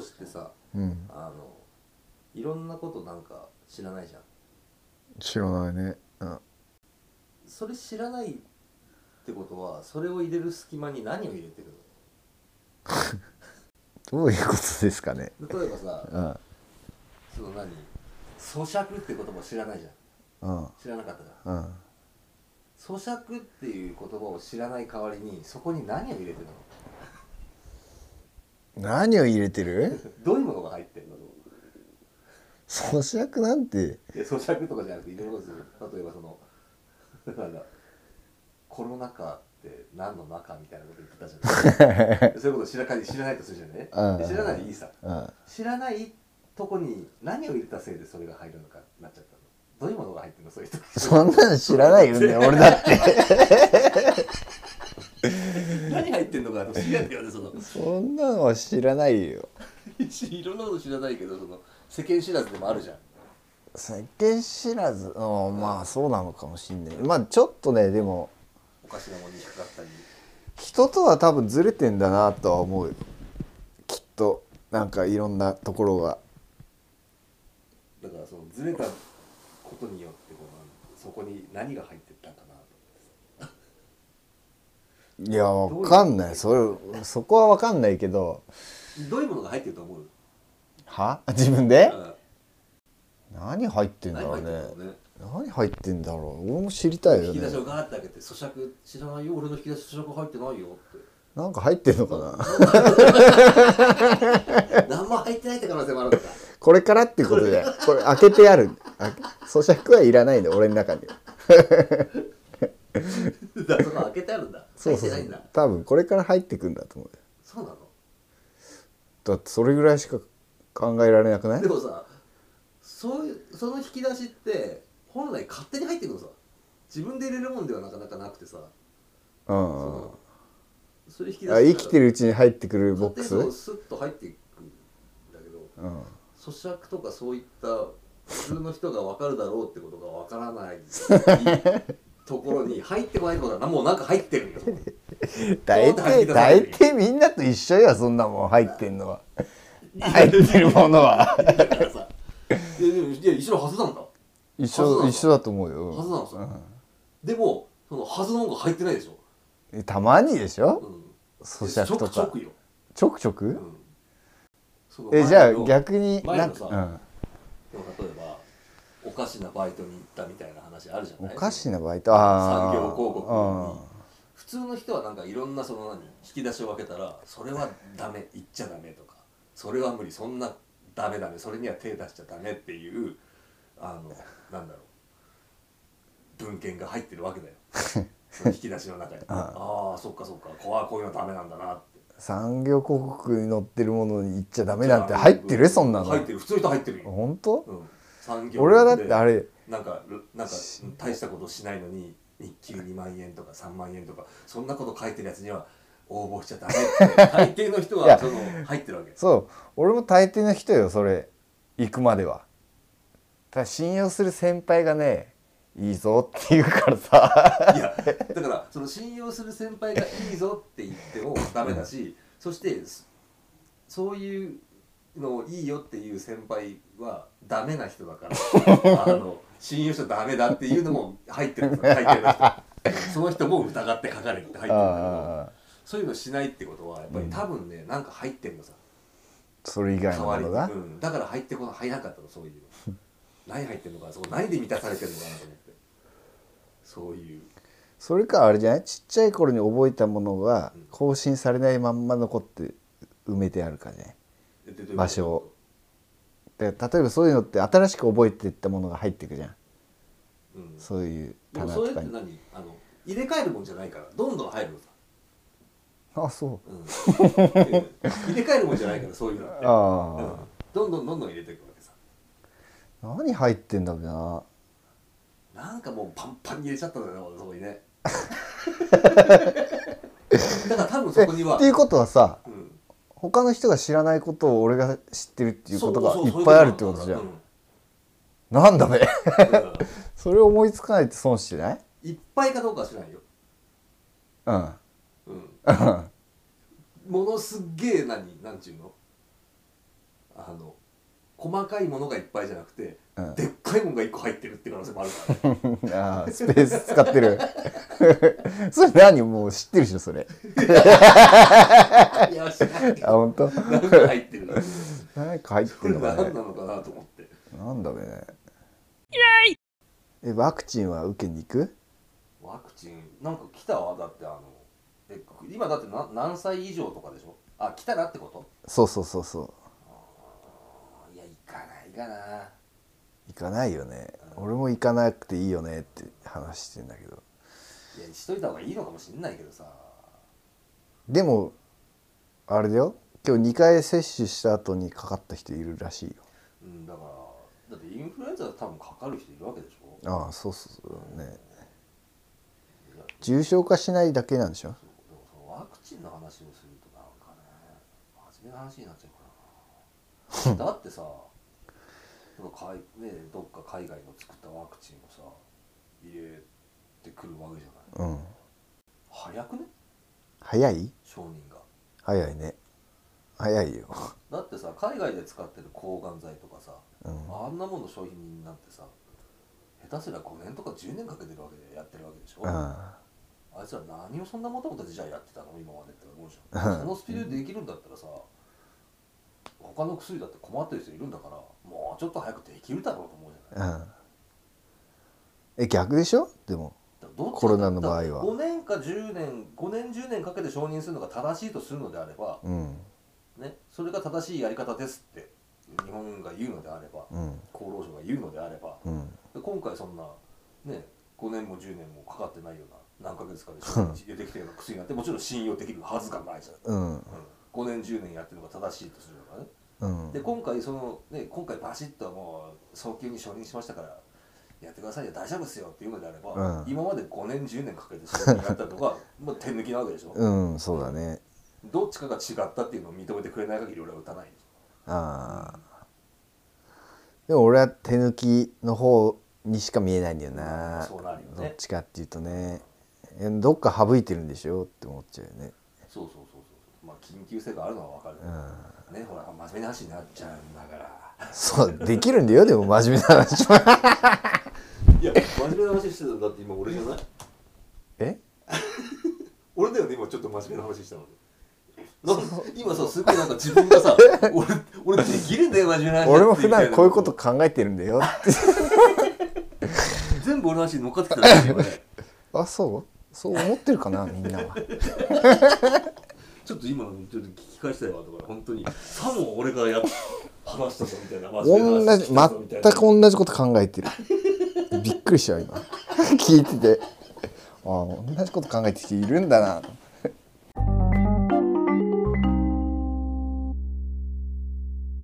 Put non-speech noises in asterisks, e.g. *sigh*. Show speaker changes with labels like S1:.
S1: 士ってさ
S2: うん
S1: あのいろんなことなんか知らないじゃん
S2: 知らないねうん
S1: それ知らないってことはそれを入れる隙間に何を入れてる
S2: どういうことですかね
S1: の例えば
S2: *laughs*
S1: さ
S2: うん
S1: その何咀嚼って言葉を知らないじゃん
S2: うん
S1: 知らなかったじゃん
S2: うん
S1: 咀嚼っていう言葉を知らない代わりにそこに何を入れてるの
S2: 何を入れてる *laughs*
S1: どういうものが入ってるの
S2: 咀嚼なんて
S1: いや咀嚼とかじゃなくていろんなことする例えばそのなんだコロナ禍って何の中みたいなこと言ってたじゃ
S2: *laughs*
S1: ないそういうこと知らか知らないとするじゃんね
S2: うん
S1: で知らないでいいさ
S2: うん
S1: 知らないとこに何を入れたせいでそれが入るのかなっちゃったのどういうものが入ってるのそういう
S2: *laughs*
S1: 時
S2: そんなの知らないよ *laughs* ね俺だって
S1: 何入ってんのかと知り合ってよねその
S2: そんなのは知らないよ
S1: いろんなこと知らないけどその世間知らずでもあるじゃん
S2: 世間知らずうんまあそうなのかもしんないまあちょっとねでも
S1: おかしなものに引っかかったり
S2: 人とは多分ずれてんだなとは思うよきっとなんかいろんなところが
S1: だからそのずれたことによってこうそこに何が入ってったんかなと
S2: いやわかんないそれそこはわかんないけど
S1: どういうものが入ってると思う
S2: は *laughs* 自分で
S1: うん
S2: 何入ってんだ
S1: 何入
S2: ろう
S1: ってるの
S2: ね
S1: ね
S2: 何入ってんだろう俺も知りたいよ
S1: 引き
S2: ね
S1: 出しをガーッて開けて咀嚼知らないよ俺の引き出し咀嚼入ってないよっ
S2: なんか入ってんのかな
S1: て何も入ってないって可能性もある
S2: *laughs*
S1: のか
S2: これからってことでこれ開けてあるあ咀嚼はいらないんだ俺の中に
S1: だからそこ開けてあるんだ
S2: そ
S1: 入
S2: う
S1: っ
S2: そう
S1: てな
S2: そ
S1: いんだ
S2: う多分これから入ってくんだと思うよ
S1: そうなの
S2: だってそれぐらいしか考えられなくない
S1: でもさそういうその引き出しって本来勝手に入ってくるのさ自分で入れるもんではなかなかなくてさ
S2: うんうん
S1: それ引き出し
S2: あ生きて
S1: る
S2: るうちに入ってくるボ
S1: 勝
S2: ック
S1: 手にそう
S2: ス、
S1: うスッと入っていくんだけど
S2: ん、
S1: 咀嚼とかそういった普通の人が分かるだろうってことが分からないところに入ってこないってことはもうなんか入ってるんだよ
S2: 大体大体みんなと一緒よそんなもん入ってんのは入ってるものは
S1: だからさいやでもいや一緒のはずなんだ
S2: 一
S1: はずな
S2: 緒
S1: の
S2: 一緒だと思うよ、
S1: はずなのさ、でもそのはずの方が入ってないでしょ、
S2: うんたまにでし
S1: う
S2: ょ
S1: ん、
S2: 咀嚼と
S1: ちょ
S2: か
S1: くちょくよ、
S2: ちょくちょ
S1: う
S2: く、
S1: んその
S2: えじゃあ
S1: 前の
S2: 逆に
S1: 前
S2: な
S1: の
S2: ん
S1: さ
S2: か、
S1: でも例えばおかしなバイトに行ったみたいな話あるじゃ
S2: うん、お
S1: ない
S2: かし
S1: な
S2: なバイトあ
S1: 産
S2: あ
S1: 業広告
S2: うん
S1: に普通の人はなんかいろんなその何引き出しを分けたらそれはダメ言っちゃダメとかそれは無理そんなダメダメそれには手出しちゃダメっていうあのなんだろう文献が入ってるわけだ
S2: *laughs*
S1: よその引き出しの中にああそっかそっかこわこういうのはダメなんだなって
S2: 産業広告に載ってるものに行っちゃダメなんて入ってるそんなの
S1: 入ってる普通に入ってるよ、
S2: 本当、
S1: うん、産業
S2: 俺はだってあ
S1: れ
S2: れ
S1: なんかなんか大したことしないのに日給2万円とか3万円とかそんなこと書いてるやつには応募しちゃダメって大
S2: *laughs*
S1: 抵の人
S2: い
S1: は
S2: や
S1: その入ってるわ
S2: *laughs*
S1: け
S2: そう俺も大抵の人よそれ行くまではただ信用する先輩がねいいぞって言うからさ
S1: いやだからその信用する先輩がいいぞって言ってもダメだしそしてそそういうのをいいよっていう先輩はダメな人だからあ
S2: *laughs*
S1: の信用しちゃダメだっていうのも入ってるんですよ大抵
S2: *laughs*
S1: の人その人も疑って書かれるって入ってるんだけ
S2: あ
S1: ど。
S2: あ
S1: そういうのしないってことはやっぱり多分ね、なんか入ってんのさ
S2: それ以外
S1: 代
S2: の
S1: わり
S2: もの
S1: に、
S2: が
S1: うん、だから入ってこな入らなかったのそういうの何入ってんのかなそこ何で満たされてるのかなと思ってそういう
S2: それかあれじゃないちっちゃい頃に覚えたものが更新されないまんま残って埋めてあるかね
S1: でどういうこと
S2: 場所をで例えばそういうのって新しく覚えていったものが入っていくじゃん
S1: うん、
S2: そういう
S1: でも
S2: 棚
S1: そ
S2: と
S1: れって
S2: かに
S1: 何あの入れ替えるもんじゃないからどんどん入るのさ、
S2: あそう *laughs*
S1: うんっていう入れ替えるもんじゃないからそういうのってうん
S2: ああ、
S1: どんどんどんどん入れていくわけさ
S2: 何入ってんだろうな
S1: なんかもうパンパンに入れちゃったんだよね俺そこに
S2: *laughs*
S1: ねだから多分そこに
S2: っ
S1: は
S2: ていうことはさ
S1: うん
S2: 他の人が知らないことを俺が知ってるっていうことが
S1: そうそうそう
S2: いっぱいあるってことじゃん。なんだべ *laughs*
S1: そういうことなんだうんだか
S2: それ思いつかないって損してない
S1: らいっぱいかどうかは知らないよ。 *laughs*
S2: うん
S1: うん。ものすっげえ何なんちゅうのあの細かいものがいっぱいじゃなくて、
S2: うん
S1: でっかいものが1個入ってるって可能性もあるからね
S2: あースペース使ってる *laughs* それ何もう知ってるでしょそれ
S1: いや知らない
S2: あ本当
S1: 何が入ってるの
S2: 何か入っ
S1: こ
S2: て
S1: れ
S2: るのかね
S1: 何なのかなと思って
S2: なんだろうねえワクチンは受けに行く
S1: ワクチンなんか来たわだってあのえ今だってな何歳以上とかでしょあ来たらってこと
S2: そうそうそうそう
S1: あいや行かないかな
S2: 行かないよね俺も行かなくていいよねって話してんだけど
S1: いやしといた方がいいのかもしんないけどさ
S2: でもあれだよ今日2回接種した後にかかった人いるらしいよ
S1: うんだからだってインフルエンザ多分かかる人いるわけでしょ
S2: ああそうそうそうね
S1: いや
S2: 重症化しないだけなんでしょ
S1: そうでもそのワクチンの話をするとなんかね真面目な話になっちゃうから
S2: *laughs*
S1: なだってさその海ねどっか海外の作ったワクチンをさ入れてくるわけじゃない
S2: うん
S1: 早くね
S2: 早い
S1: 承認が
S2: 早いね早いよ
S1: だってさ海外で使ってる抗がん剤とかさ、
S2: うん
S1: あんなもの商品になってさ下手すりゃ5年とか10年かけてるわけでやってるわけでしょ、
S2: あ
S1: あいつら何をそんなもともとじゃあやってたの今までって思うじゃん
S2: *laughs*
S1: そのスピードでできるんだったらさ他の薬だって困ってる人いるんだからもうちょっと早くできるだろうと思うじゃない
S2: あうんえ逆でしょでも
S1: だからどっち
S2: コロナの場合は
S1: 5年か10年5年10年かけて承認するのが正しいとするのであれば、
S2: うん
S1: ね、それが正しいやり方ですって日本が言うのであれば、
S2: うん
S1: 厚労省が言うのであれば、
S2: うん
S1: で今回そんなね5年も10年もかかってないような何ヶ月かで承
S2: *laughs*
S1: 認できてるような薬なんてもちろん信用できるはずがないじゃん
S2: うん
S1: 5年10年やってるのが正しいとするのがね
S2: うん
S1: で今回そのね今回バシッともう早急に承認しましたからやってくださいよ大丈夫ですよっていうのであれば、
S2: うん
S1: 今まで5年10年かけて承認やったの *laughs* がもう手抜きなわけでしょ、
S2: うんそうだね
S1: どっちかが違ったっていうのを認めてくれない限り俺は打たないでし
S2: ああでも俺は手抜きの方にしか見えないんだよな
S1: そうなるよね
S2: どっちかっていうとねえどっか省いてるんでしょって思っちゃうよね
S1: ょそうそうそうそうまあ緊急性があるのは分かる、ねほら真面目な話になっちゃうんだから
S2: そうできるんだよでも真面目な
S1: *laughs*
S2: 話は
S1: いや真面目な話してたんだって今俺じゃない
S2: え
S1: 俺だよね今ちょっと真面目な話したのなん今さすごいなんか自分が
S2: *laughs*
S1: さ俺俺できるんだよ真面目な話
S2: 俺も普段こういうこと考えてるん
S1: *laughs*
S2: だよって
S1: 全部俺の話に乗っかってきただけ
S2: *laughs*
S1: だよね
S2: あそうそう思ってるかなみんな
S1: *laughs*
S2: は
S1: ちょっと今のちょっと聞き返したいわだから本当
S2: *laughs*
S1: にさも俺がやっ話したぞみたいな真面目な
S2: 同
S1: 話
S2: じ
S1: 聞いたぞみたい
S2: 全
S1: な
S2: く同じこと考えてる *laughs* びっくりしちゃう今聞いててああ同じこと考えてる人いるんだな